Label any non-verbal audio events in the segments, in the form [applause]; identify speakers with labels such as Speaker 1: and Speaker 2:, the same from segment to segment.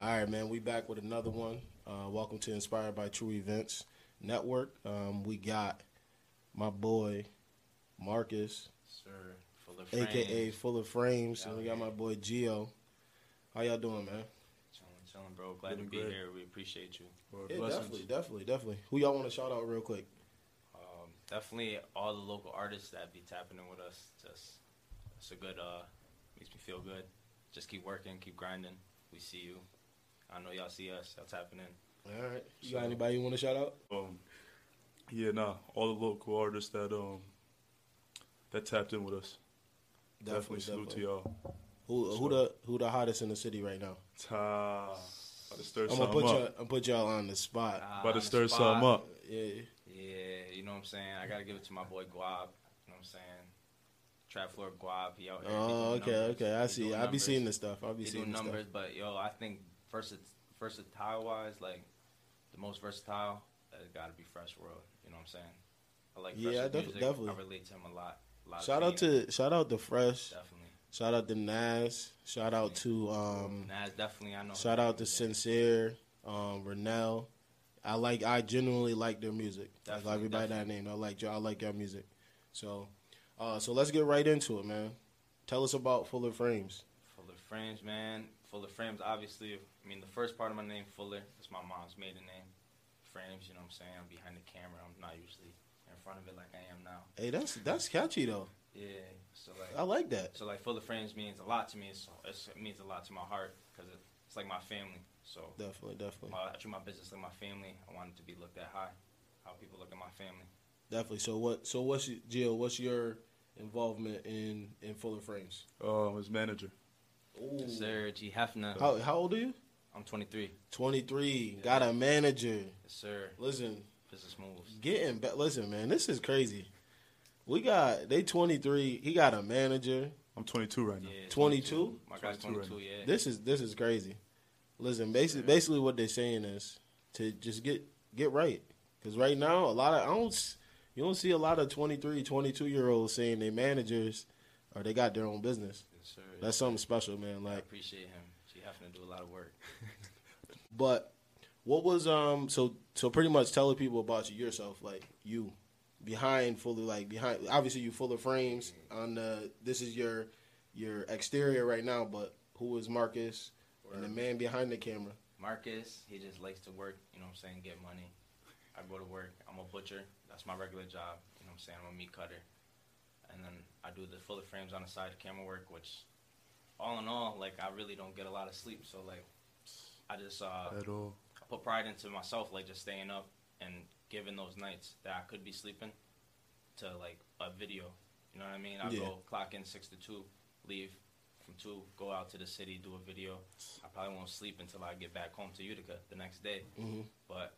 Speaker 1: All right, man. We back with another one. Uh, welcome to Inspired by True Events Network. Um, we got my boy Marcus,
Speaker 2: Sir, full of
Speaker 1: aka
Speaker 2: frames.
Speaker 1: Full of Frames, and we got
Speaker 2: Yeah.
Speaker 1: my boy Geo. How y'all doing, man?
Speaker 2: Chilling, chilling, bro. Glad to
Speaker 3: Doing
Speaker 2: be
Speaker 3: great.
Speaker 2: here. We appreciate you.
Speaker 3: Well,
Speaker 1: Yeah,
Speaker 3: blessings.
Speaker 1: definitely, definitely, definitely. Who y'all want to shout out real quick?
Speaker 2: Um, definitely all the local artists that be tapping in with us. Just it's a good. Uh, makes me feel good. Just keep working, keep grinding. We see you. I know y'all see us. Y'all tapping in.
Speaker 1: All right. You got anybody you want to shout out?
Speaker 3: Um, yeah, nah, all the local artists that um that tapped in with us. Definitely, salute to y'all.
Speaker 1: Who who the who the hottest in the city right now?
Speaker 3: Ta, about to stir
Speaker 1: I'm gonna put
Speaker 3: something
Speaker 1: y'all,
Speaker 3: up.
Speaker 1: I'm put y'all on the spot.
Speaker 2: Ah,
Speaker 3: About
Speaker 2: on the
Speaker 3: to stir
Speaker 2: spot.
Speaker 3: something up.
Speaker 1: Yeah.
Speaker 2: Yeah, you know what I'm saying. I gotta give it to my boy Guab. You know what I'm saying. Trap floor Guab. He out here.
Speaker 1: Oh,
Speaker 2: he doing
Speaker 1: okay,
Speaker 2: numbers.
Speaker 1: okay. I
Speaker 2: He
Speaker 1: see.
Speaker 2: doing
Speaker 1: I be
Speaker 2: numbers.
Speaker 1: seeing this stuff. I be
Speaker 2: They do
Speaker 1: seeing this stuff.
Speaker 2: numbers, but yo, I think versa- versatile wise, like the most versatile, has got to be Fresh World. You know what I'm saying? I like
Speaker 1: Yeah,
Speaker 2: Fresh's
Speaker 1: I def-
Speaker 2: music.
Speaker 1: definitely.
Speaker 2: I relate to him a lot. A lot
Speaker 1: Shout out
Speaker 2: him.
Speaker 1: to shout out to Fresh.
Speaker 2: definitely
Speaker 1: Shout out to Nas. Shout out to um.
Speaker 2: Nas. Definitely, I know.
Speaker 1: Shout out to
Speaker 2: Sin.
Speaker 1: Sincere, um, Renell. I like. I genuinely like their music. Like
Speaker 2: Definitely,
Speaker 1: everybody that I named. I like. y'all- I like your music. So, uh, so let's get right into it, man. Tell us about Fuller Frames.
Speaker 2: Fuller Frames, man. Fuller Frames, obviously. I mean, the first part of my name, Fuller, is my mom's maiden name. Frames, you know what I'm saying? I'm behind the camera. I'm not usually in front of it like I am now.
Speaker 1: Hey, that's that's catchy though.
Speaker 2: Yeah. So like.
Speaker 1: I like that.
Speaker 2: So like full of frames means a lot to me. It's, it's, it means a lot to my heart because it, it's like my family. So
Speaker 1: Definitely, definitely,
Speaker 2: my, I treat my business like my family. I want it to be looked at high. How people look at my family.
Speaker 1: definitely. So what? So what's your- Jill? What's your involvement in in Fuller Frames?
Speaker 3: Um, his manager.
Speaker 1: Ooh.
Speaker 2: Sir G Hefner.
Speaker 1: How how old are you?
Speaker 2: I'm 23.
Speaker 1: 23. Got a manager.
Speaker 2: Yes, sir.
Speaker 1: Listen,
Speaker 2: Business moves.
Speaker 1: getting back. Listen, man, this is crazy. We got they 23. He got a manager.
Speaker 3: I'm 22 right now.
Speaker 2: Yeah.
Speaker 1: 22?
Speaker 2: My guy's
Speaker 3: 22 right
Speaker 2: 22. Yeah.
Speaker 1: This is this is crazy. Listen, basically, basically what they're saying is to just get get right. Because right now, a lot of I don't s- you don't see a lot of 23, 22 year olds saying they managers or they got their own business.
Speaker 2: yes, sir.
Speaker 1: That's something special, man.
Speaker 2: I
Speaker 1: Like,
Speaker 2: appreciate him. G Hefner do a lot of work.
Speaker 1: but what was um so so pretty much telling people about you yourself, like you behind fully like behind obviously you full of frames on the this is your your exterior right now, but who is Marcus and the man behind the camera?
Speaker 2: Marcus, he just likes to work, you know what I'm saying, get money. I go to work, I'm a butcher, that's my regular job, you know what I'm saying, I'm a meat cutter. And then I do the full of frames on the side, camera work, which all in all, like I really don't get a lot of sleep, so like I just uh
Speaker 3: At all.
Speaker 2: I put pride into myself, like just staying up and giving those nights that I could be sleeping to like a video. You know what I mean? I
Speaker 1: Yeah.
Speaker 2: go clock in six to two, leave from two, go out to the city, do a video. I probably won't sleep until I get back home to Utica the next day.
Speaker 1: Mhm.
Speaker 2: But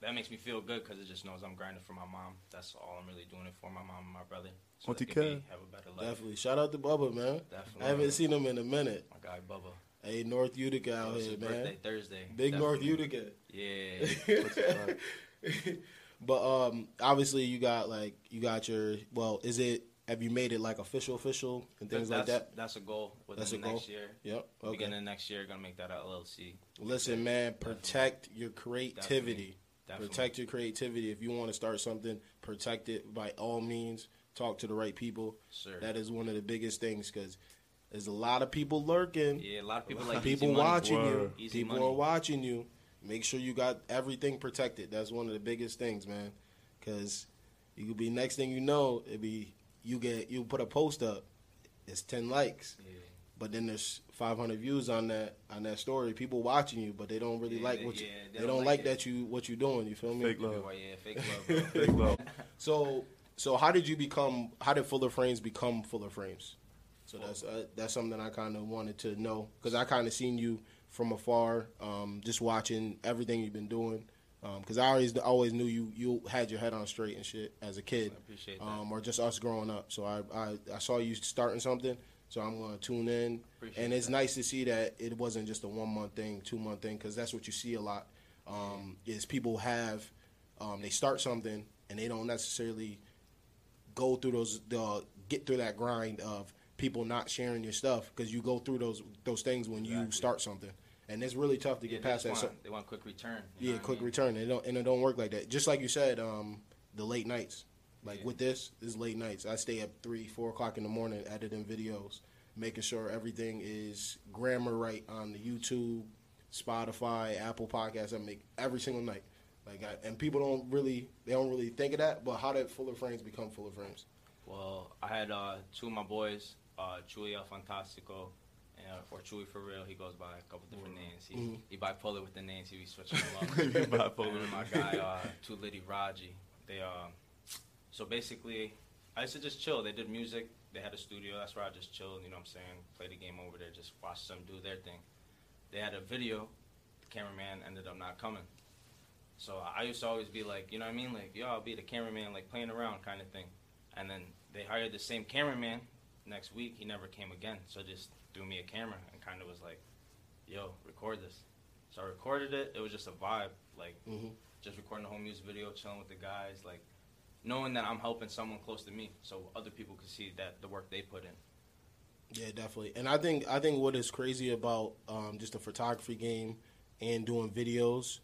Speaker 2: that makes me feel good because it just knows I'm grinding for my mom. That's all I'm really doing it for my mom and my brother. So they can
Speaker 3: 20K.
Speaker 2: be, have a better life.
Speaker 1: Definitely. Shout out to Bubba, man.
Speaker 2: Definitely.
Speaker 1: I haven't seen him in a minute.
Speaker 2: my guy Bubba.
Speaker 1: Hey, North Utica out
Speaker 2: It's
Speaker 1: here,
Speaker 2: his
Speaker 1: man.
Speaker 2: birthday Thursday.
Speaker 1: Big North
Speaker 2: Definitely.
Speaker 1: Utica.
Speaker 2: Yeah.
Speaker 1: [laughs] but um, obviously you got like you got your well, is it have you made it like official official and things like
Speaker 2: that's,
Speaker 1: that?
Speaker 2: That's a goal within
Speaker 1: That's a
Speaker 2: the next
Speaker 1: goal?
Speaker 2: year.
Speaker 1: Yep. Okay.
Speaker 2: Beginning of next year, gonna make that a LLC.
Speaker 1: Listen, man, protect your creativity.
Speaker 2: Definitely.
Speaker 1: Protect your creativity. If you want to start something, protect it by all means. Talk to the right people.
Speaker 2: Sure.
Speaker 1: That is one of the biggest things because there's a lot of people lurking.
Speaker 2: Yeah, a lot of people like
Speaker 1: people
Speaker 2: easy money.
Speaker 1: watching you.
Speaker 3: Word.
Speaker 2: Easy
Speaker 1: people
Speaker 2: money.
Speaker 1: are watching you. Make sure you got everything protected. That's one of the biggest things, man. Because you could be next thing you know, it be you get you put a post up, it's ten likes,
Speaker 2: Yeah.
Speaker 1: but then there's five hundred views on that on that story. People watching you, but they don't really
Speaker 2: Yeah,
Speaker 1: like
Speaker 2: they-
Speaker 1: what you,
Speaker 2: yeah,
Speaker 1: they, don't, like, that you what you doing. You feel me? [laughs]
Speaker 3: Fake love.
Speaker 2: Well, yeah, fake love, bro.
Speaker 3: Big love.
Speaker 1: So so how did you become? How did Fuller Frames become Fuller Frames? So that's uh, that's something I kind of wanted to know because I kind of seen you from afar, um, just watching everything you've been doing. Because I always always knew you you had your head on straight and shit as a kid,
Speaker 2: I appreciate that.
Speaker 1: um, or just us growing up. So I, I I saw you starting something, so I'm gonna tune in.
Speaker 2: Appreciate
Speaker 1: and it's
Speaker 2: that.
Speaker 1: nice to see that it wasn't just a one month thing, two month thing, because that's what you see a lot. Um, is people have um, they start something and they don't necessarily go through those the get through that grind of people not sharing your stuff because you go through those those things when you
Speaker 2: Exactly.
Speaker 1: start something and it's really tough to
Speaker 2: Yeah,
Speaker 1: get
Speaker 2: they
Speaker 1: past that.
Speaker 2: just
Speaker 1: So,
Speaker 2: want- they want quick return. you know
Speaker 1: yeah,
Speaker 2: what I
Speaker 1: quick
Speaker 2: mean?
Speaker 1: return. It don't and it don't work like that. Just like you said, um, the late nights. Like
Speaker 2: Yeah.
Speaker 1: with this, it's late nights. I stay up three, four o'clock in the morning editing videos, making sure everything is grammar right on the YouTube, Spotify, Apple Podcasts. I make every single night. Like I, and people don't really they don't really think of that. But how did Fuller Frames become Fuller Frames?
Speaker 2: Well, I had uh, two of my boys, uh, Chulia Fantastico, and, or Chewy for real. He goes by a couple different names. He,
Speaker 1: Mhm.
Speaker 2: he bipolar with the names. He be switching them up.
Speaker 3: Mm-hmm. [laughs] He bipolar.
Speaker 2: And then my guy, uh, Two Liddy Raji. They uh, so basically, I used to just chill. They did music. They had a studio. That's where I just chilled. You know what I'm saying? Play the game over there. Just watch them do their thing. They had a video. The cameraman ended up not coming. So I used to always be like, you know what I mean? Like, yo, I'll be the cameraman, like playing around kind of thing. And then they hired the same cameraman next week. He never came again. So just threw me a camera and kind of was like, yo, record this. So I recorded it. It was just a vibe, like
Speaker 1: Mhm.
Speaker 2: just recording the whole music video, chilling with the guys, like knowing that I'm helping someone close to me, so other people can see that the work they put in.
Speaker 1: Yeah, definitely. And I think I think what is crazy about um, just the photography game and doing videos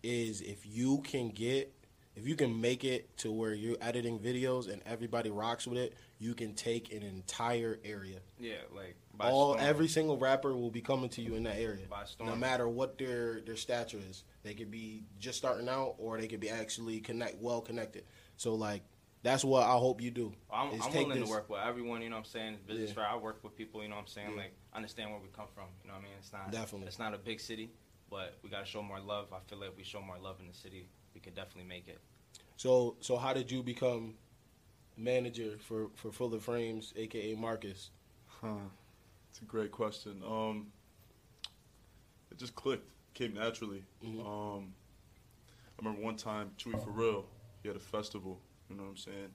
Speaker 1: is if you can get if you can make it to where you're editing videos and everybody rocks with it, you can take an entire area.
Speaker 2: Yeah, like
Speaker 1: All every single rapper will be coming to you in that area,
Speaker 2: By storm.
Speaker 1: no matter what their their stature is. They could be just starting out, or they could be actually connect well connected. So like that's what I hope you do.
Speaker 2: I'm,
Speaker 1: is
Speaker 2: I'm
Speaker 1: take
Speaker 2: willing
Speaker 1: this-
Speaker 2: to work with everyone, you know what I'm saying? Business
Speaker 1: Yeah.
Speaker 2: fair, I work with people, you know what I'm saying?
Speaker 1: Yeah.
Speaker 2: Like understand where we come from, you know what I mean? It's not
Speaker 1: Definitely.
Speaker 2: it's not a big city, but we gotta show more love. I feel like we show more love in the city, we could definitely make it.
Speaker 1: So so how did you become manager for for Fuller Frames, aka Marcus?
Speaker 3: Huh. It's a great question. Um, it just clicked, came naturally.
Speaker 1: Mhm.
Speaker 3: Um, I remember one time Chewy for real, he had a festival. You know what I'm saying?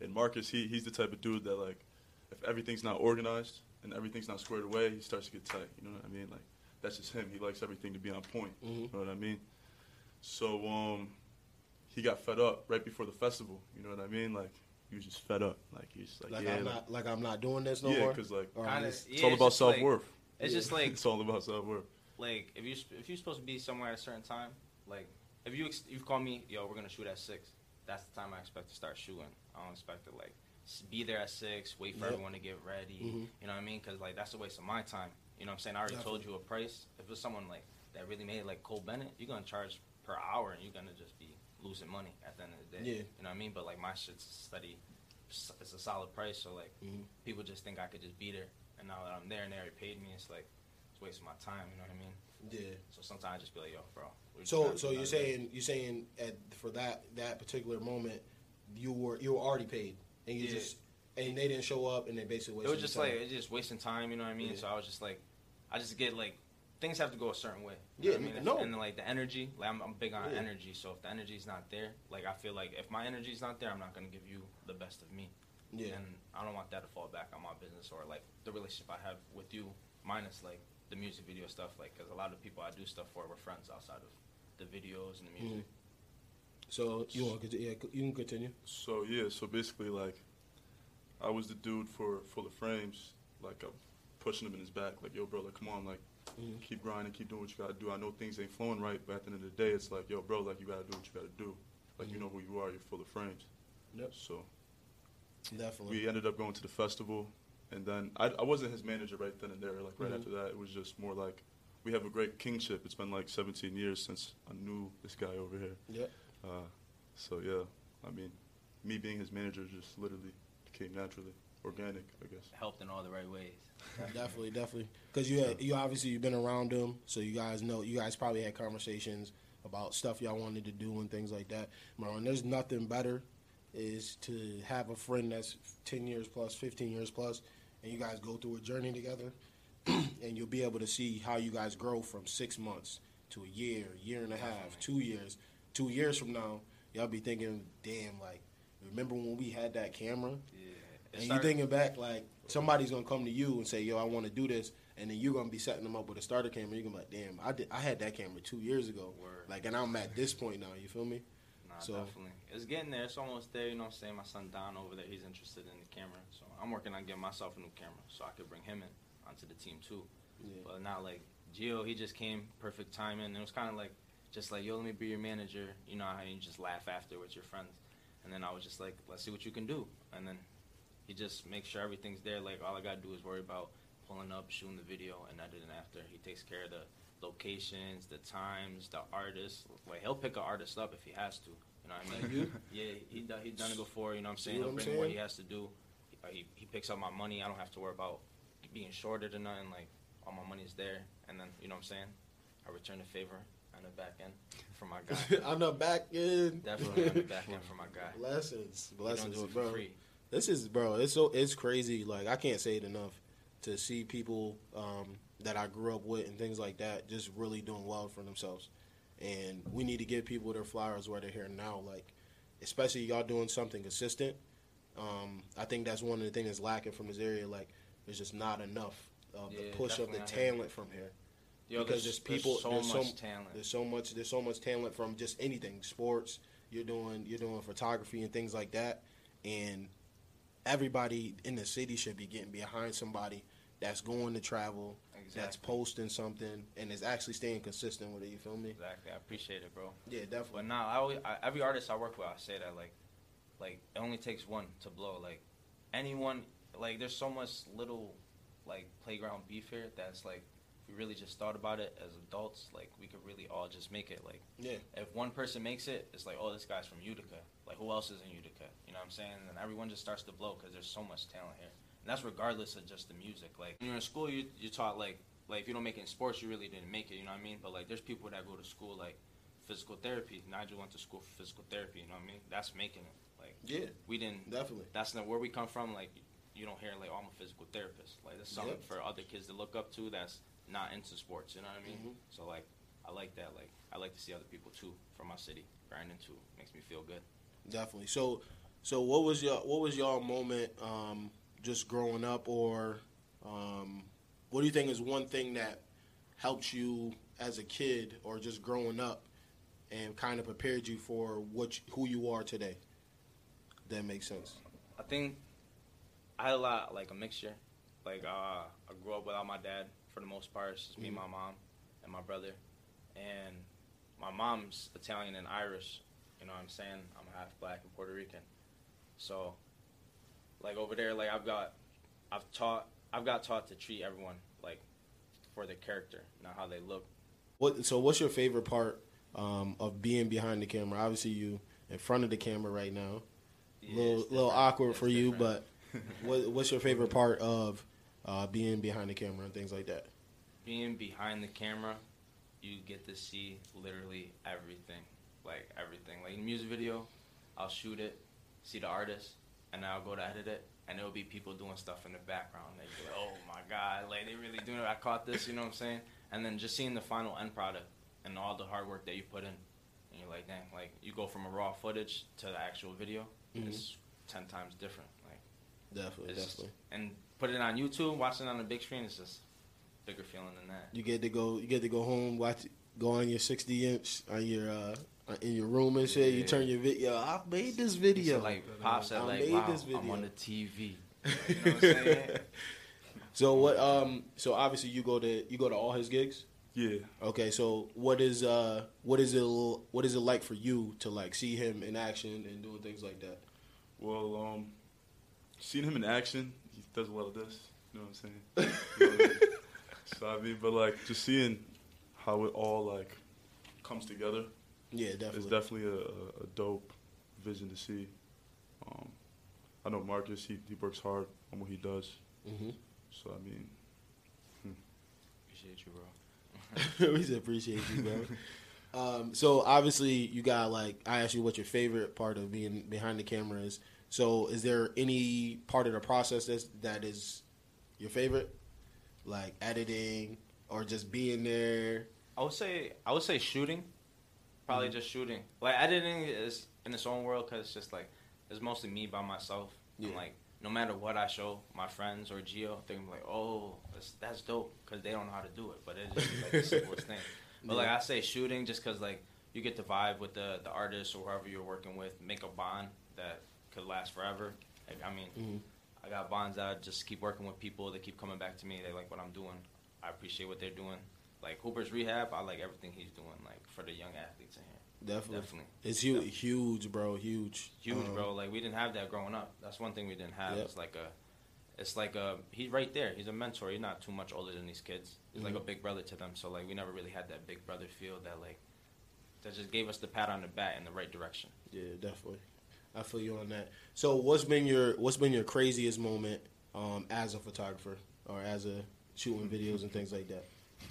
Speaker 3: And Marcus, he he's the type of dude that like, if everything's not organized and everything's not squared away, he starts to get tight. You know what I mean? Like, that's just him. He likes everything to be on point.
Speaker 1: Mhm.
Speaker 3: You know what I mean? So um, he got fed up right before the festival. You know what I mean? Like, he was just fed up. Like he's like,
Speaker 1: Like
Speaker 3: yeah,
Speaker 1: I'm
Speaker 3: like-
Speaker 1: not like I'm not doing this no
Speaker 3: yeah,
Speaker 1: more.
Speaker 3: because like
Speaker 1: Or
Speaker 2: Kinda-
Speaker 1: this-
Speaker 2: yeah,
Speaker 3: it's all about
Speaker 2: just like-
Speaker 3: self worth.
Speaker 2: it's just like
Speaker 3: [laughs] it's all about self worth.
Speaker 2: like if you if you're supposed to be somewhere at a certain time, like if you ex- you call me, yo, we're gonna shoot at six. That's the time I expect to start shooting. I don't expect to like s- be there at six, wait for
Speaker 1: Yep.
Speaker 2: everyone to get ready.
Speaker 1: Mhm.
Speaker 2: You know what I mean? Because like that's a waste of my time. You know what I'm saying? I already told you a price. If it's someone like that really made it, like Cole Bennett, you're gonna charge per hour, and you're gonna just be losing money at the end of the day.
Speaker 1: Yeah.
Speaker 2: You know what I mean? But like my shit's a steady, s- it's a solid price. So like
Speaker 1: Mhm.
Speaker 2: people just think I could just be there, and now that I'm there and they already paid me, it's like it's a waste of my time. You know what I mean?
Speaker 1: yeah.
Speaker 2: So sometimes I just be like, yo, bro. we're just
Speaker 1: So
Speaker 2: gonna
Speaker 1: so
Speaker 2: do
Speaker 1: you're
Speaker 2: another day.
Speaker 1: saying you're saying at for that that particular moment you were you were already paid and you
Speaker 2: Yeah.
Speaker 1: just and they didn't show up and they basically
Speaker 2: it
Speaker 1: wasted
Speaker 2: was just
Speaker 1: your
Speaker 2: like
Speaker 1: time.
Speaker 2: it's just wasting time, you know what I mean?
Speaker 1: Yeah.
Speaker 2: So I was just like, I just get like things have to go a certain way.
Speaker 1: Yeah,
Speaker 2: You know what I mean? If-
Speaker 1: no.
Speaker 2: And like the energy, like I'm, I'm big on
Speaker 1: Yeah.
Speaker 2: energy. So if the energy's not there, like I feel like if my energy's not there, I'm not gonna give you the best of me.
Speaker 1: yeah
Speaker 2: And I don't want that to fall back on my business or like the relationship I have with you, minus like the music video stuff. Like, cause a lot of people I do stuff for were friends outside of the videos and the music.
Speaker 1: Mm-hmm. so you want to yeah you can continue
Speaker 3: So yeah, so basically like, I was the dude for Full of Frames. Like I'm pushing him in his back. Like yo, bro, like come on, like
Speaker 1: Mhm.
Speaker 3: keep grinding, keep doing what you gotta do. I know things ain't flowing right, but at the end of the day, it's like yo, bro, like you gotta do what you gotta do. Like you know who you are. You're Full of Frames.
Speaker 1: Yep.
Speaker 3: So
Speaker 1: definitely
Speaker 3: we ended up going to the festival, and then I, I wasn't his manager right then and there. Like right
Speaker 1: Mhm.
Speaker 3: after that, it was just more like we have a great kingship. It's been like 17 years since I knew this guy over here.
Speaker 1: Yep.
Speaker 3: Uh, so yeah, I mean, me being his manager just literally came naturally, organic, I guess.
Speaker 2: Helped in all the right ways.
Speaker 1: [laughs] definitely definitely because you had, you obviously you've been around them so you guys know you guys probably had conversations about stuff y'all wanted to do and things like that Marlon, there's nothing better is to have a friend that's 10 years plus 15 years plus and you guys go through a journey together [clears throat] and you'll be able to see how you guys grow from six months to a year year and a half two years two years from now y'all be thinking damn like remember when we had that camera
Speaker 2: Yeah. It
Speaker 1: and
Speaker 2: started-
Speaker 1: you thinking back, like somebody's gonna come to you and say, "Yo, I want to do this," and then you're gonna be setting them up with a starter camera. You're gonna be like, "Damn, I did. I had that camera two years ago.
Speaker 2: Word.
Speaker 1: Like, and I'm at this point now. You feel me?
Speaker 2: Nah,
Speaker 1: So-
Speaker 2: definitely. It's getting there. It's almost there. You know what I'm saying? My son Don over there, he's interested in the camera. So I'm working on getting myself a new camera so I could bring him in onto the team too.
Speaker 1: [laughs] Yeah.
Speaker 2: But not like Gio, he just came perfect timing. And it was kind of like, just like, yo, let me be your manager. You know how you just laugh after with your friends. And then I was just like, let's see what you can do. And then he just makes sure everything's there. Like, all I got to do is worry about pulling up, shooting the video, and editing after. He takes care of the locations, the times, the artists. Like, he'll pick an artist up if he has to. You know what I mean? yeah, he, do- he done it before. You know what I'm saying?
Speaker 1: what
Speaker 2: He'll
Speaker 1: I'm
Speaker 2: bring what
Speaker 1: saying?
Speaker 2: he has to do. Uh, He, he picks up my money. I don't have to worry about being shorted or nothing. Like, all my money's there. And then, you know what I'm saying? I return the favor on the back end for my
Speaker 1: [laughs]
Speaker 2: guy.
Speaker 1: on the back end.
Speaker 2: Definitely on the back end for my guy.
Speaker 1: [laughs] Blessings,
Speaker 2: You don't
Speaker 1: blessings,
Speaker 2: do it for
Speaker 1: bro.
Speaker 2: free.
Speaker 1: This is bro. It's so it's crazy. Like I can't say it enough to see people um, that I grew up with and things like that just really doing well for themselves. And we need to give people their flowers where they're here now. Like especially y'all doing something consistent. Um, I think that's one of the things that's lacking from this area. Like there's just not enough of
Speaker 2: Yeah,
Speaker 1: the push of the
Speaker 2: definitely out here.
Speaker 1: talent from here.
Speaker 2: Yo,
Speaker 1: because there's
Speaker 2: there's,
Speaker 1: people-
Speaker 2: there's so
Speaker 1: there's so
Speaker 2: much
Speaker 1: m-
Speaker 2: talent.
Speaker 1: There's so much. There's so much talent from just anything, sports. You're doing. You're doing photography and things like that. And everybody in the city should be getting behind somebody that's going to travel, that's
Speaker 2: Exactly.
Speaker 1: posting something, and is actually staying consistent with it. You feel me?
Speaker 2: Exactly. I appreciate it, bro.
Speaker 1: Yeah, definitely.
Speaker 2: But now, I, always, I every artist I work with, I say that like, like it only takes one to blow. Like anyone, like there's so much little, like playground beef here that's like, if we really just thought about it as adults, like we could really all just make it. Like
Speaker 1: Yeah.
Speaker 2: if one person makes it, it's like, oh, this guy's from Utica. Like who else is in Utica? You know what I'm saying? And everyone just starts to blow because there's so much talent here. And that's regardless of just the music. Like when you're in school, you you taught like like if you don't make it in sports, you really didn't make it. You know what I mean? But like there's people that go to school like physical therapy. Nigel went to school for physical therapy. You know what I mean? That's making it. Like
Speaker 1: Yeah,
Speaker 2: we didn't.
Speaker 1: definitely.
Speaker 2: That's not where we come from. Like you don't hear like oh, I'm a physical therapist. Like that's something
Speaker 1: Yeah.
Speaker 2: for other kids to look up to. That's not into sports. You know what I mean? So like I like that. Like I like to see other people too from my city grinding too. Makes me feel good.
Speaker 1: Definitely. So, so what was your what was y'all moment um, just growing up, or um, what do you think is one thing that helped you as a kid, or just growing up, and kind of prepared you for what you, who you are today? That makes sense.
Speaker 2: I think I had a lot like a mixture. Like uh, I grew up without my dad for the most part. It's just me,
Speaker 1: Mhm.
Speaker 2: my mom, and my brother. And my mom's Italian and Irish. You know what I'm saying? I'm half black and Puerto Rican. So like over there, like I've got, I've taught, I've got taught to treat everyone like for their character, not how they look.
Speaker 1: What? So, what's your favorite part um, of being behind the camera? Obviously, you in front of the camera right now.
Speaker 2: Yeah,
Speaker 1: little
Speaker 2: it's
Speaker 1: little
Speaker 2: different.
Speaker 1: awkward
Speaker 2: It's
Speaker 1: for you,
Speaker 2: different.
Speaker 1: but what, what's your favorite part of uh, being behind the camera and things like that?
Speaker 2: being behind the camera, you get to see literally everything, like everything. Like in the music video, I'll shoot it, see the artist, and then I'll go to edit it, and there'll be people doing stuff in the background. They be like, "Oh my god, like they really doing it! I caught this," you know what I'm saying? And then just seeing the final end product and all the hard work that you put in, and you're like, "Dang!" Like you go from a raw footage to the actual video, it's ten times different. Like
Speaker 1: Definitely,
Speaker 2: it's
Speaker 1: Oh, definitely.
Speaker 2: and put it on YouTube, watching it on the big screen, it's just bigger feeling than that.
Speaker 1: You get to go. You get to go home. Watch. Go on your sixty inch on your uh, in your room and shit. You
Speaker 2: Yeah.
Speaker 1: turn your video. I made this
Speaker 2: He
Speaker 1: video. [laughs]
Speaker 2: said, like Pop said,
Speaker 1: I
Speaker 2: like,
Speaker 1: made
Speaker 2: wow,
Speaker 1: this
Speaker 2: I'm
Speaker 1: video.
Speaker 2: on the TV. You know what I'm saying?
Speaker 1: so what? Um. So obviously you go to you go to all his gigs.
Speaker 3: Yeah.
Speaker 1: Okay. So what is uh what is it l- what is it like for you to like see him in action and doing things like that?
Speaker 3: Well, um, seen him in action. He does a lot of this. You know what [laughs] I'm saying? so I mean, but like just seeing how it all like comes together
Speaker 1: Yeah,
Speaker 3: is
Speaker 1: definitely.
Speaker 3: definitely a, a- a dope vision to see. Um, I know Marcus. He, he works hard on what he does.
Speaker 1: Mm-hmm.
Speaker 3: So I mean,
Speaker 2: Appreciate you, bro.
Speaker 1: mm-hmm. [laughs] we just appreciate you, bro. Um, so obviously you got like I asked you what your favorite part of being behind the camera is. So is there any part of the process that's, that is your favorite, like editing or just being there?
Speaker 2: I would say I would say shooting, probably just shooting. Like editing is in its own world because it's just like it's mostly me by myself.
Speaker 1: Yeah.
Speaker 2: And like no matter what I show my friends or Gio, they're gonna be like, oh, that's, that's dope because they don't know how to do it, but it's just like the [laughs] simplest thing. But like
Speaker 1: Yeah.
Speaker 2: I say shooting just because like you get to vibe with the the artist or whoever you're working with, make a bond that could last forever. Like, I mean.
Speaker 1: Mhm.
Speaker 2: I got bonds that I just keep working with people. They keep coming back to me. They like what I'm doing. I appreciate what they're doing. like Hooper's rehab, I like everything he's doing, like for the young athletes in here.
Speaker 1: Definitely.
Speaker 2: Definitely.
Speaker 1: It's huge, huge, bro. Huge.
Speaker 2: huge,
Speaker 3: Uh-huh.
Speaker 1: Um,
Speaker 2: bro. Like we didn't have that growing up. That's one thing we didn't have.
Speaker 1: Yep.
Speaker 2: It's like a, it's like a. He's right there. He's a mentor. He's not too much older than these kids. He's
Speaker 3: Mm-hmm.
Speaker 2: like a big brother to them. So like we never really had that big brother feel that like, that just gave us the pat on the back in the right direction.
Speaker 1: Yeah, definitely. I feel you on that. So, what's been your what's been your craziest moment um, as a photographer or as a shooting
Speaker 3: Mm-hmm.
Speaker 1: videos and things like that?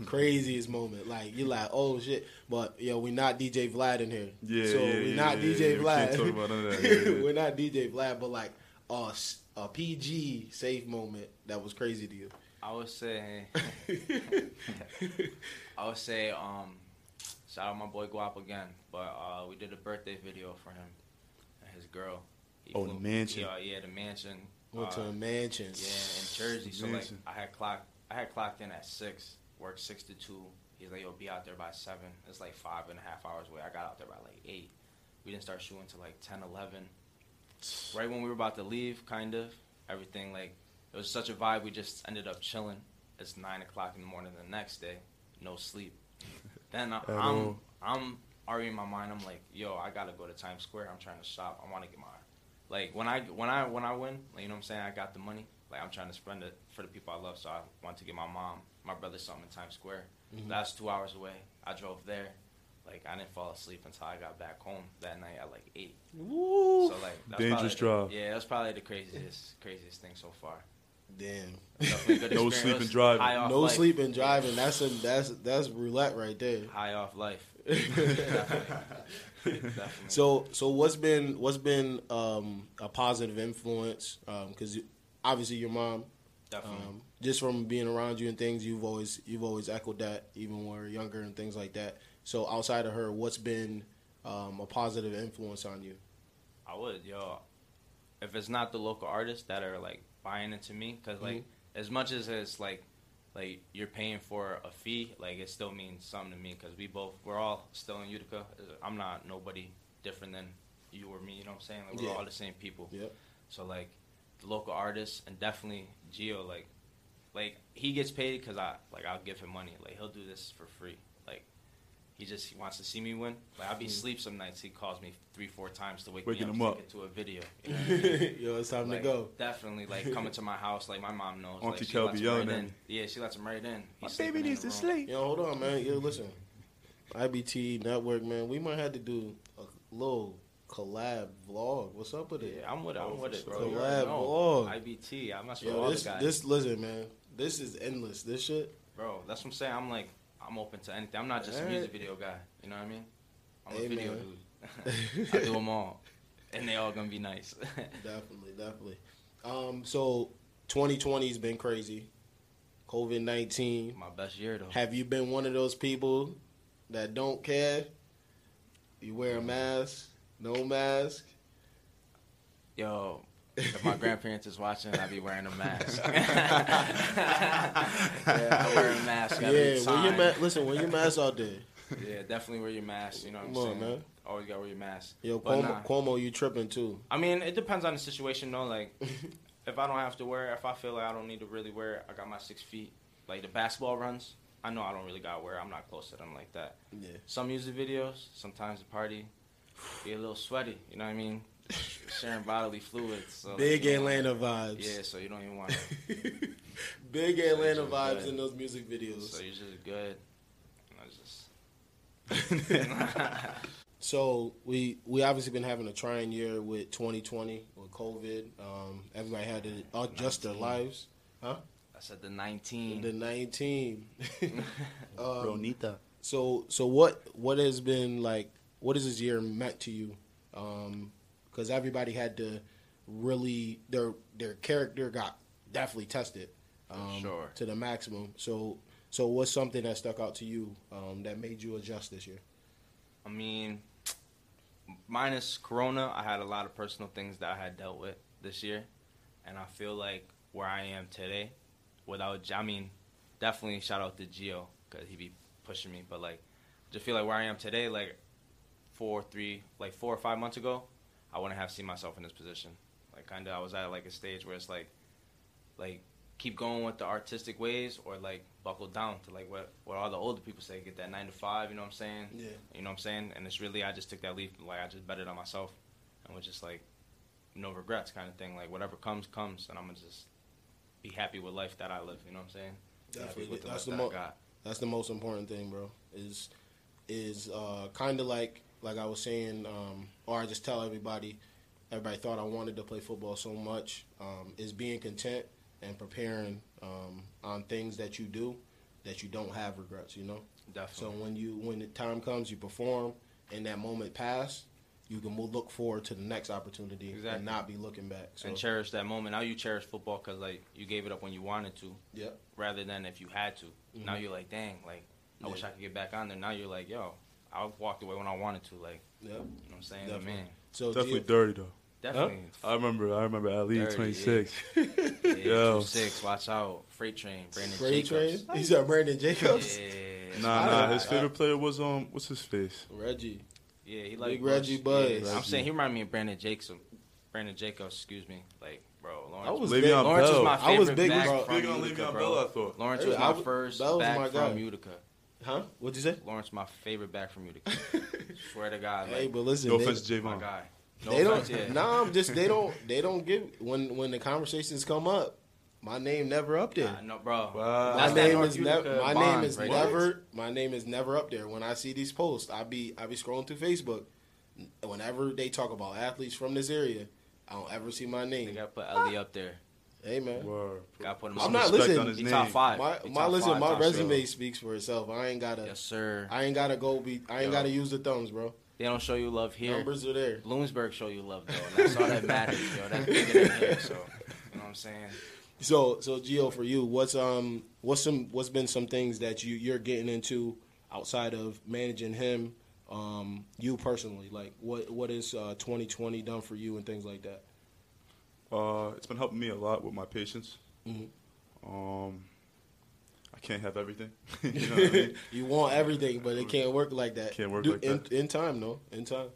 Speaker 1: craziest moment, like you're like, oh shit, but yo, we're not DJ Vlad in here.
Speaker 3: Yeah,
Speaker 1: so
Speaker 3: yeah,
Speaker 1: we're
Speaker 3: yeah,
Speaker 1: not
Speaker 3: yeah, yeah,
Speaker 1: DJ
Speaker 3: we
Speaker 1: Vlad.
Speaker 3: can't
Speaker 1: [laughs]
Speaker 3: talk about none [laughs] of that. Yeah, yeah.
Speaker 1: we're not DJ Vlad, but like a s- a PG safe moment that was crazy to
Speaker 3: [laughs]
Speaker 1: you.
Speaker 2: I would say, I would say, um, shout out my boy Guap again. But uh, we did a birthday video for him and his girl. He
Speaker 3: Oh, the
Speaker 2: flew-
Speaker 3: mansion.
Speaker 2: Yeah, yeah, the mansion.
Speaker 1: Went to
Speaker 2: Uh,
Speaker 1: a mansion.
Speaker 2: Yeah, in Jersey. So like,
Speaker 3: Amazing.
Speaker 2: I had clocked, I had clocked in at six, worked six to two. He's like, yo, be out there by seven. It's like five and a half hours away. I got out there by like eight. We didn't start shooting till like 10, 11. Right when we were about to leave, kind of everything like it was such a vibe. We just ended up chilling. It's nine o'clock in the morning the next day, no
Speaker 3: [laughs]
Speaker 2: sleep. Then I,
Speaker 3: At
Speaker 2: I'm
Speaker 3: all.
Speaker 2: I'm already in my mind. I'm like, yo, I gotta go to Times Square. I'm trying to shop. I want to get my like when I when I when I win, like, you know what I'm saying. I got the money. Like I'm trying to spend it for the people I love. So I want to get my mom, my brother something in Times Square.
Speaker 3: Mm-hmm.
Speaker 2: That's two hours away. I drove there. Like I didn't fall asleep until I got back home that night at like eight.
Speaker 1: Woo.
Speaker 2: So like that's
Speaker 3: Dangerous
Speaker 2: probably,
Speaker 3: drive.
Speaker 2: Yeah, that's probably the craziest craziest thing so far.
Speaker 1: Damn.
Speaker 3: [laughs]
Speaker 2: Definitely a good
Speaker 3: No
Speaker 2: experience.
Speaker 3: sleep and driving.
Speaker 2: High off
Speaker 1: No
Speaker 2: life.
Speaker 1: sleep and driving. That's a that's that's roulette right there.
Speaker 2: High
Speaker 1: [laughs]
Speaker 2: off life. Definitely.
Speaker 1: So so what's been what's been um, a positive influence? Because you obviously your mom,
Speaker 2: Definitely.
Speaker 1: um, just from being around you and things, you've always you've always echoed that even when we were younger and things like that. So outside of her, what's been um, a positive influence on you?
Speaker 2: I would, yo. If it's not the local artists that are like buying into me, because like
Speaker 1: Mm-hmm.
Speaker 2: as much as it's like like you're paying for a fee, like it still means something to me because we both we're all still in Utica. I'm not nobody different than you or me. You know what I'm saying? Like we're
Speaker 1: Yeah.
Speaker 2: all the same people.
Speaker 1: Yep. [laughs]
Speaker 2: So like the local artists and definitely Geo, like like he gets paid because I like I'll give him money. Like he'll do this for free. Like he just he wants to see me win. Like I'll be asleep some nights. He calls me three four times to wake
Speaker 3: Mm-hmm. Waking
Speaker 2: me up,
Speaker 3: him
Speaker 2: to get
Speaker 3: up.
Speaker 2: to a
Speaker 3: [laughs]
Speaker 2: video. You know what I mean?
Speaker 1: Yo, it's time
Speaker 2: Like,
Speaker 1: to go.
Speaker 2: Definitely, like coming to my house, like my mom knows.
Speaker 3: Auntie
Speaker 2: like, she
Speaker 3: Kel
Speaker 2: lets
Speaker 3: be
Speaker 2: him
Speaker 3: yelling
Speaker 2: right
Speaker 3: at
Speaker 2: in.
Speaker 3: me.
Speaker 2: Yeah, she lets him right in.
Speaker 3: My
Speaker 2: He's sleeping
Speaker 3: baby
Speaker 2: in
Speaker 3: needs
Speaker 2: the
Speaker 3: to
Speaker 2: room.
Speaker 3: sleep.
Speaker 1: Yo, hold on, man. Yo, listen, IBT Network, man. We might have to do a little collab vlog. What's up with it?
Speaker 2: Yeah, I'm with it.
Speaker 3: Oh,
Speaker 2: I'm
Speaker 3: for
Speaker 2: with it,
Speaker 3: sure.
Speaker 2: bro. You
Speaker 1: Collab
Speaker 2: already know.
Speaker 1: vlog.
Speaker 2: IBT. I'm not sure
Speaker 1: Yo,
Speaker 2: all
Speaker 1: this
Speaker 2: the guys.
Speaker 1: this listen, man. This is endless. This shit.
Speaker 2: Bro, that's what I'm saying. I'm like, I'm open to anything. I'm not just a
Speaker 1: Alright.
Speaker 2: music video guy. You know what I mean? I'm
Speaker 1: Hey,
Speaker 2: a video
Speaker 1: man. [laughs]
Speaker 2: dude. [laughs] I do them all, and they all gonna be nice. [laughs]
Speaker 1: Definitely, definitely. Um, so 2020's been crazy. COVID nineteen.
Speaker 2: My best year though.
Speaker 1: Have you been one of those people that don't care? You wear a mask, no mask.
Speaker 2: Yo, if my
Speaker 1: [laughs]
Speaker 2: grandparents is watching, I'd be wearing a mask. [laughs] yeah, I
Speaker 3: [laughs]
Speaker 2: wear a mask
Speaker 1: Yeah,
Speaker 2: every
Speaker 1: wear your
Speaker 2: time.
Speaker 1: ma- listen, wear your mask out there.
Speaker 2: yeah, definitely wear your mask. You know what I'm
Speaker 1: Come on,
Speaker 2: saying?
Speaker 1: man.
Speaker 2: Always gotta wear your mask.
Speaker 1: Yo,
Speaker 2: But
Speaker 1: Cuomo,
Speaker 2: nah.
Speaker 1: Cuomo, you tripping too?
Speaker 2: I mean, it depends on the situation though.
Speaker 1: [laughs]
Speaker 2: Like, if I don't have to wear, it, if I feel like I don't need to really wear, it, I got my six feet. Like the basketball runs, I know I don't really gotta wear. it. I'm not close to them like that.
Speaker 1: Yeah.
Speaker 2: Some music videos, sometimes the party be a little sweaty. You know what
Speaker 1: [laughs]
Speaker 2: I mean? Sharing bodily fluids. So like,
Speaker 1: Big
Speaker 2: you don't wanna-
Speaker 1: Atlanta vibes.
Speaker 2: Yeah, so you don't
Speaker 1: [laughs]
Speaker 2: even want. to.
Speaker 1: Big Atlanta
Speaker 2: just
Speaker 1: vibes
Speaker 2: good.
Speaker 1: in those music videos.
Speaker 2: so you're just good. You know,
Speaker 1: [laughs]
Speaker 2: just [laughs]
Speaker 1: So we we obviously been having a trying year with 2020 with COVID. Um, everybody had to adjust their
Speaker 2: 19.
Speaker 1: lives.
Speaker 2: I said the 19.
Speaker 1: The 19.
Speaker 2: [laughs]
Speaker 1: um,
Speaker 3: Ronita.
Speaker 1: so so what what has been like? What has this year meant to you? Because everybody had to really their their character got definitely tested um,
Speaker 2: sure.
Speaker 1: to the maximum. So so what's something that stuck out to you um, that made you adjust this year?
Speaker 2: I mean, minus Corona, I had a lot of personal things that I had dealt with this year, and I feel like where I am today, without J- I mean, definitely shout out to Gio because he be pushing me, but like, just feel like where I am today, like four, three, like four or five months ago, I wouldn't have seen myself in this position. Like, kinda, I was at like a stage where it's like, like keep going with the artistic ways or like buckle down to like what what all the older people say, get that nine to five. You know what I'm saying?
Speaker 1: Yeah.
Speaker 2: You know what I'm saying? And it's really I just took that leap. Like I just bet it on myself, and was just like no regrets kind of thing. Like whatever comes comes, and I'm gonna just be happy with life that I live. You know what I'm saying? Be happy
Speaker 1: Definitely.
Speaker 2: with the
Speaker 1: That's
Speaker 2: life
Speaker 1: the
Speaker 2: that I
Speaker 1: mo-
Speaker 2: got.
Speaker 1: That's the most important thing, bro. Is is uh, kind of like like I was saying, um, or I just tell everybody. Everybody thought I wanted to play football so much. Um, is being content and preparing um, on things that you do that you don't have regrets. You know. So
Speaker 2: Definitely.
Speaker 1: when you when the time comes, you perform, and that moment pass, you can mo- look forward to the next opportunity
Speaker 2: Exactly.
Speaker 1: and not be looking back. So
Speaker 2: and cherish that moment. Now you cherish football because like you gave it up when you wanted to,
Speaker 1: yeah,
Speaker 2: rather than if you had to. Now
Speaker 1: Mhm.
Speaker 2: you're like, dang, like I wish
Speaker 1: Yeah.
Speaker 2: I could get back on there. Now you're like, yo, I walked away when I wanted to. Like
Speaker 1: yeah.
Speaker 2: you know what I'm saying?
Speaker 1: Definitely.
Speaker 2: Man,
Speaker 1: So
Speaker 3: Definitely
Speaker 1: Gio-
Speaker 3: dirty though.
Speaker 2: definitely.
Speaker 3: I remember. I remember Ali
Speaker 2: Dirty, [laughs]
Speaker 3: twenty six.
Speaker 2: Yeah,
Speaker 3: Yo.
Speaker 2: two six. Watch out, freight train, Brandon
Speaker 1: Brady
Speaker 2: Jacobs.
Speaker 1: Train. He said Brandon Jacobs.
Speaker 2: Yeah,
Speaker 3: Nah,
Speaker 1: I-
Speaker 3: nah. His
Speaker 1: I-
Speaker 3: favorite player was um. What's his face?
Speaker 1: Reggie.
Speaker 2: yeah, he like
Speaker 1: Big Reggie Buds.
Speaker 2: I'm
Speaker 3: Reggie.
Speaker 2: saying he reminded me of Brandon Jacobs. Brandon Jacobs, excuse me. Like, bro, Lawrence.
Speaker 1: I was
Speaker 3: Le'Veon
Speaker 1: big.
Speaker 2: Lawrence
Speaker 3: Bell.
Speaker 2: was my favorite
Speaker 1: I was big,
Speaker 2: back
Speaker 1: bro.
Speaker 2: from
Speaker 3: Big on
Speaker 2: Utica,
Speaker 3: Le'Veon
Speaker 2: bro.
Speaker 3: Bell. I thought.
Speaker 2: Lawrence
Speaker 1: Hey,
Speaker 2: was
Speaker 1: I
Speaker 2: my
Speaker 1: was-
Speaker 2: first
Speaker 1: that was
Speaker 2: back
Speaker 1: my guy.
Speaker 2: from Utica.
Speaker 1: Huh? What'd you say?
Speaker 2: Lawrence, my favorite back from Utica. Swear to God,
Speaker 1: Hey,
Speaker 2: like,
Speaker 1: but listen,
Speaker 3: No
Speaker 1: they,
Speaker 3: offense, to
Speaker 2: Oh my
Speaker 3: Javon.
Speaker 2: guy. No
Speaker 1: they
Speaker 2: offense,
Speaker 1: don't.
Speaker 2: yeah.
Speaker 1: Nah, I'm just they don't. They don't give when when the conversations come up. My name never up there.
Speaker 2: Nah, no, bro.
Speaker 3: Wow.
Speaker 1: my
Speaker 2: That's that
Speaker 1: name
Speaker 2: North
Speaker 1: is
Speaker 2: Utica
Speaker 1: never. My
Speaker 2: bond
Speaker 1: name is
Speaker 2: right there.
Speaker 1: never. My name is never up there. When I see these posts, I be I be scrolling through Facebook. Whenever they talk about athletes from this area, I don't ever see my
Speaker 2: They
Speaker 1: name.
Speaker 2: gotta put Ellie up there.
Speaker 1: Hey man,
Speaker 3: Word.
Speaker 2: Gotta put him.
Speaker 1: I'm
Speaker 2: up
Speaker 1: not
Speaker 2: there.
Speaker 1: listening.
Speaker 3: on his
Speaker 2: He
Speaker 3: name.
Speaker 2: top five.
Speaker 1: my
Speaker 2: He
Speaker 1: my
Speaker 2: top
Speaker 1: listen,
Speaker 2: five,
Speaker 1: my
Speaker 2: top six.
Speaker 1: resume speaks for itself. I ain't gotta.
Speaker 2: Yes, sir.
Speaker 1: I ain't gotta go be. I ain't
Speaker 2: Yo.
Speaker 1: gotta use the thumbs, bro.
Speaker 2: They don't show you love here.
Speaker 1: Numbers are there.
Speaker 2: Bloomsburg show you love though. That's all that matters, yo. That's bigger than here. So, you know what I'm saying?
Speaker 1: So so Gio, for you, what's um what's some what's been some things that you you're getting into outside of managing him, um you personally, like what what is uh 2020 done for you and things like that.
Speaker 3: Uh, it's been helping me a lot with my patients.
Speaker 1: Mhm.
Speaker 2: Mm-hmm.
Speaker 3: Um, I can't have everything. [laughs] you know what
Speaker 2: [laughs]
Speaker 3: I mean?
Speaker 1: [laughs] you want everything, but it can't work like that.
Speaker 3: Can't work like
Speaker 1: in,
Speaker 3: that.
Speaker 1: In time, no, in time.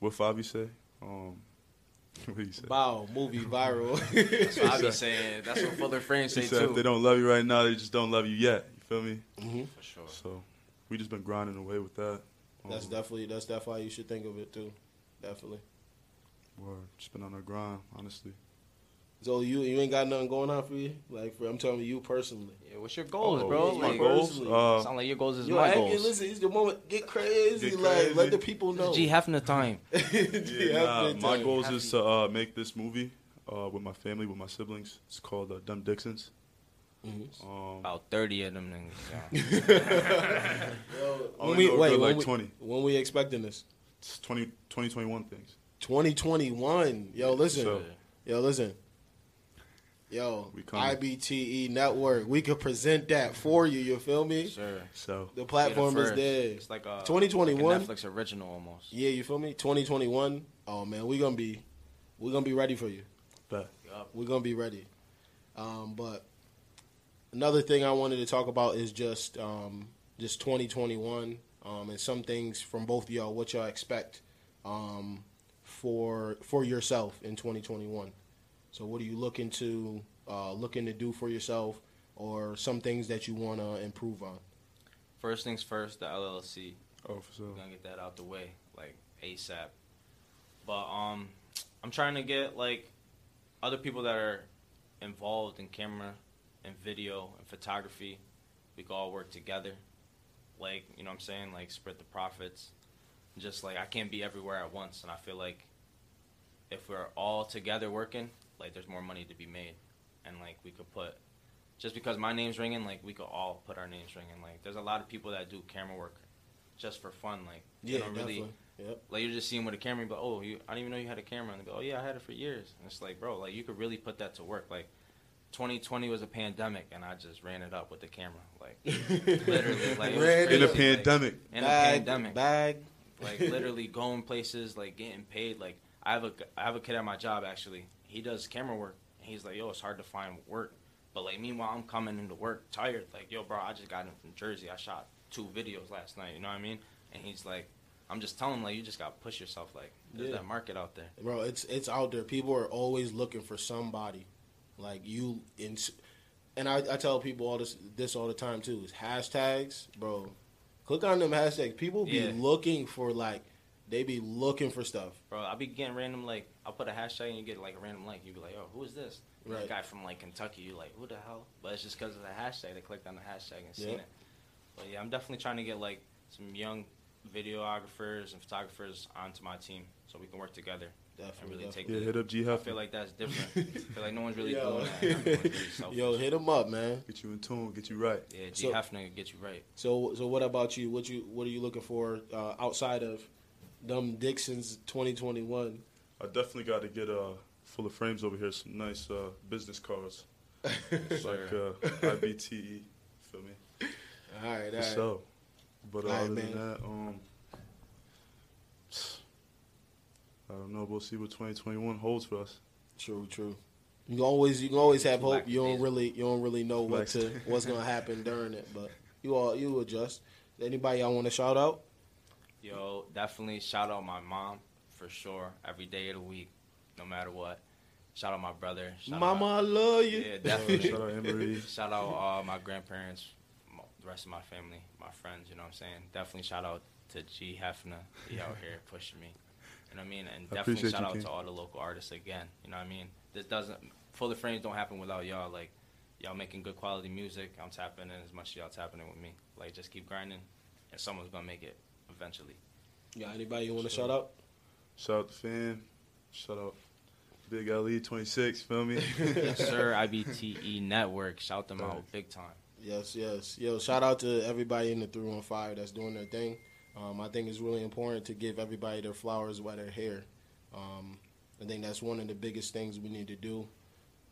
Speaker 3: What Fabi say? Um, [laughs] what do you say?
Speaker 1: Wow, movie
Speaker 3: [laughs]
Speaker 1: viral.
Speaker 2: That's
Speaker 1: [laughs]
Speaker 2: what I be saying. That's what Fuller Frames say
Speaker 3: He said
Speaker 2: too.
Speaker 3: if they don't love you right now, they just don't love you yet. You feel me?
Speaker 1: Mhm.
Speaker 2: For sure.
Speaker 3: So we just been grinding away with that. Um,
Speaker 1: That's definitely that's definitely how you should think of it too. Definitely.
Speaker 3: word. Just been on our grind, honestly.
Speaker 1: So you you ain't got nothing going on for you? Like for, I'm telling you personally.
Speaker 2: Yeah, what's your goals,
Speaker 3: Uh-oh.
Speaker 2: Oh, bro?
Speaker 1: My
Speaker 3: Oh, my
Speaker 2: Like,
Speaker 3: goals.
Speaker 1: personally.
Speaker 3: Uh,
Speaker 2: sound like your goals is
Speaker 1: Yo,
Speaker 2: my
Speaker 1: hey,
Speaker 2: goals.
Speaker 1: listen, it's the moment. Get crazy,
Speaker 3: Get
Speaker 1: like let
Speaker 3: crazy.
Speaker 1: the people know. [laughs]
Speaker 2: G Hefner time.
Speaker 3: Yeah, nah, my
Speaker 1: goal.
Speaker 3: goals is to uh, make this movie uh, with my family, with my siblings. It's called uh, Dumb Dixons. Um,
Speaker 2: About thirty of them
Speaker 3: [laughs]
Speaker 2: niggas. yo.
Speaker 3: I
Speaker 1: When
Speaker 3: only
Speaker 1: we,
Speaker 3: know a
Speaker 1: wait,
Speaker 3: good,
Speaker 1: when,
Speaker 3: like
Speaker 1: we,
Speaker 3: 20.
Speaker 1: when we expecting this?
Speaker 3: It's 20, 2021 things.
Speaker 1: 2021. Yo, listen.
Speaker 3: So-
Speaker 1: Yo, listen. Yo,
Speaker 3: We coming.
Speaker 1: IBTE E Network. We could present that for you. You feel
Speaker 2: Sure,
Speaker 1: me?
Speaker 2: sure.
Speaker 3: So
Speaker 1: The platform
Speaker 2: You're
Speaker 1: is
Speaker 2: the
Speaker 1: there.
Speaker 2: first. It's like a
Speaker 1: 2021?
Speaker 2: like a Netflix original almost.
Speaker 1: Yeah, you feel me? 2021. Oh man, we gonna be, we gonna be ready for you.
Speaker 3: that
Speaker 1: We're gonna be ready. Um, but another thing I wanted to talk about is just um, just 2021 um, and some things from both of y'all. What y'all expect um, for for yourself in 2021? So what are you looking to uh, looking to do for yourself, or some things that you want to improve on?
Speaker 2: First things first, the LLC.
Speaker 3: oh for sure.
Speaker 2: We're gonna get that out the way like ASAP. But um, I'm trying to get like other people that are involved in camera and video and photography. We can all work together. Like you know, what I'm saying like spread the profits. Just like I can't be everywhere at once, and I feel like if we're all together working, like there's more money to be made, and like we could put. Just because my name's ringing, like we could all put our names ringing. Like there's a lot of people that do camera work just for fun. Like they don't really
Speaker 1: Yep.
Speaker 2: like you're just seeing with a camera, but oh, you, I didn't even know you had a camera. And they go, oh yeah, I had it for years. And it's like, bro, like you could really put that to work. Like 2020 was a pandemic, and I just ran it up with the camera, like literally, like
Speaker 1: [laughs]
Speaker 2: it was
Speaker 1: Ran it
Speaker 3: In
Speaker 2: crazy,
Speaker 3: a
Speaker 1: up.
Speaker 2: like,
Speaker 3: pandemic,
Speaker 1: Bag,
Speaker 2: in a pandemic,
Speaker 1: Bag.
Speaker 2: like literally going places, like getting paid. Like I have a I have a kid at my job actually. He does camera work. And he's like, yo, it's hard to find work. But like meanwhile, I'm coming into work tired. Like yo, bro, I just got in from Jersey. I shot two videos last night. You know what I mean? And he's like, I'm just telling him like you just gotta push yourself. Like there's
Speaker 1: Yeah.
Speaker 2: that market out there.
Speaker 1: Bro, it's it's out there. People are always looking for somebody. Like you in, and I, I tell people all this this all the time too is hashtags, bro. Click on them hashtags. People be
Speaker 2: Yeah.
Speaker 1: looking for like they be looking for stuff.
Speaker 2: Bro, I'll be getting random like I'll put a hashtag and you get like a random like. You be like, oh, who is this? And
Speaker 1: Right.
Speaker 2: The guy from like Kentucky. You like, who the hell? But it's just because of the hashtag. They clicked on the hashtag and seen
Speaker 1: Yeah.
Speaker 2: it. But yeah, I'm definitely trying to get like some young videographers and photographers onto my team so we can work together and
Speaker 1: Definitely.
Speaker 2: really
Speaker 1: definitely.
Speaker 2: take.
Speaker 3: Yeah,
Speaker 2: the-
Speaker 3: hit up G
Speaker 2: I
Speaker 3: Huff.
Speaker 2: feel like
Speaker 1: [laughs]
Speaker 2: that's different. I feel like no one's really
Speaker 1: Yo.
Speaker 2: doing that. Everyone's really
Speaker 1: [laughs]
Speaker 2: selfish.
Speaker 1: Yo, hit them up, man.
Speaker 3: Get you in tune. Get you right.
Speaker 2: yeah, G
Speaker 1: so-
Speaker 2: Hefner get you right.
Speaker 1: So so what about you? What you what are you looking for uh, outside of dumb Dixon's 2021?
Speaker 3: I definitely got to get uh full of frames over here. Some nice uh, business cards. It's
Speaker 2: Sure.
Speaker 3: like uh, IBTE. Feel me?
Speaker 1: All right, all
Speaker 3: For
Speaker 1: right.
Speaker 3: sure. But uh,
Speaker 1: All right,
Speaker 3: other
Speaker 1: man.
Speaker 3: than that, um, I don't know. We'll see what 2021 holds for us.
Speaker 1: True, true. You can always you can always have hope. You don't
Speaker 2: Lackadaisical.
Speaker 1: really you don't really know what
Speaker 3: Flex.
Speaker 1: to what's gonna happen during it, but you all you adjust. Anybody y'all want to shout out?
Speaker 2: Yo, definitely shout out my mom for sure. Every day of the week, no matter what. Shout out my brother. Shout
Speaker 1: Mama, I love
Speaker 2: Out,
Speaker 1: you.
Speaker 2: yeah,
Speaker 3: Uh,
Speaker 2: definitely. [laughs]
Speaker 1: [laughs]
Speaker 3: shout out Emery.
Speaker 2: Shout out all my grandparents, my, the rest of my family, my friends. You know what I'm saying? Definitely shout out to G Hefner. He out here
Speaker 3: [laughs]
Speaker 2: pushing me. You know what I mean? And
Speaker 3: I
Speaker 2: definitely
Speaker 3: appreciate
Speaker 2: shout
Speaker 3: you,
Speaker 2: out
Speaker 3: King.
Speaker 2: to all the local artists again. You know what I mean? This doesn't full of frames don't happen without y'all. Like y'all making good quality music. I'm tapping in as much as y'all tapping in with me. Like just keep grinding, and someone's gonna make it eventually.
Speaker 1: Got anybody you want to shout out?
Speaker 3: Shout out the fam. Shout out Big LE 26. Feel me?
Speaker 2: [laughs] [laughs] yes,
Speaker 3: [laughs]
Speaker 2: sir. IBTE E Network. Shout them out big time.
Speaker 1: Yes, yes. Yo, shout out to everybody in the 315 that's doing their thing. Um, I think it's really important to give everybody their flowers while they're here. Um, I think that's one of the biggest things we need to do.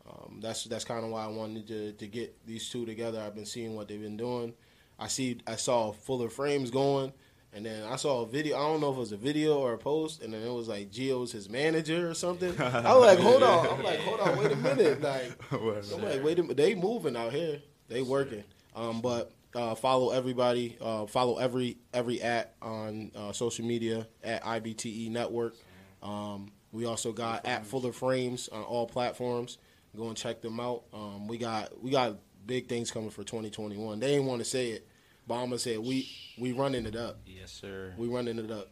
Speaker 1: Um, that's that's kind of why I wanted to, to get these two together. I've been seeing what they've been doing. I see I saw Fuller Frames going, and then I saw a video. I don't know if it was a video or a post, and then it was like Geo's his manager or
Speaker 3: [laughs]
Speaker 1: something. I was like, hold on. I'm like, hold on, wait a minute, like.
Speaker 3: Word.
Speaker 1: I'm like, wait a minute. They moving out here. They working. Um, but uh, follow everybody. Uh, follow every every at on uh, social media at IBTE E Network. Um, we also got at Fuller Frames on all platforms. Go and check them out. Um, we got we got big things coming for 2021. They didn't want to say it, but I'm gonna say it. We we running it up.
Speaker 2: Yes, sir.
Speaker 1: We running it up.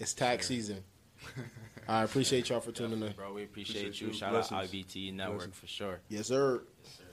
Speaker 1: It's tax
Speaker 2: Sure.
Speaker 1: season. I appreciate y'all for tuning in.
Speaker 2: Bro, we appreciate, [laughs]
Speaker 3: Appreciate
Speaker 2: you.
Speaker 3: you.
Speaker 2: Shout
Speaker 3: Blessings.
Speaker 2: out IBTE E Network
Speaker 3: Blessings.
Speaker 2: for sure.
Speaker 1: Yes, sir.
Speaker 2: Yes, sir.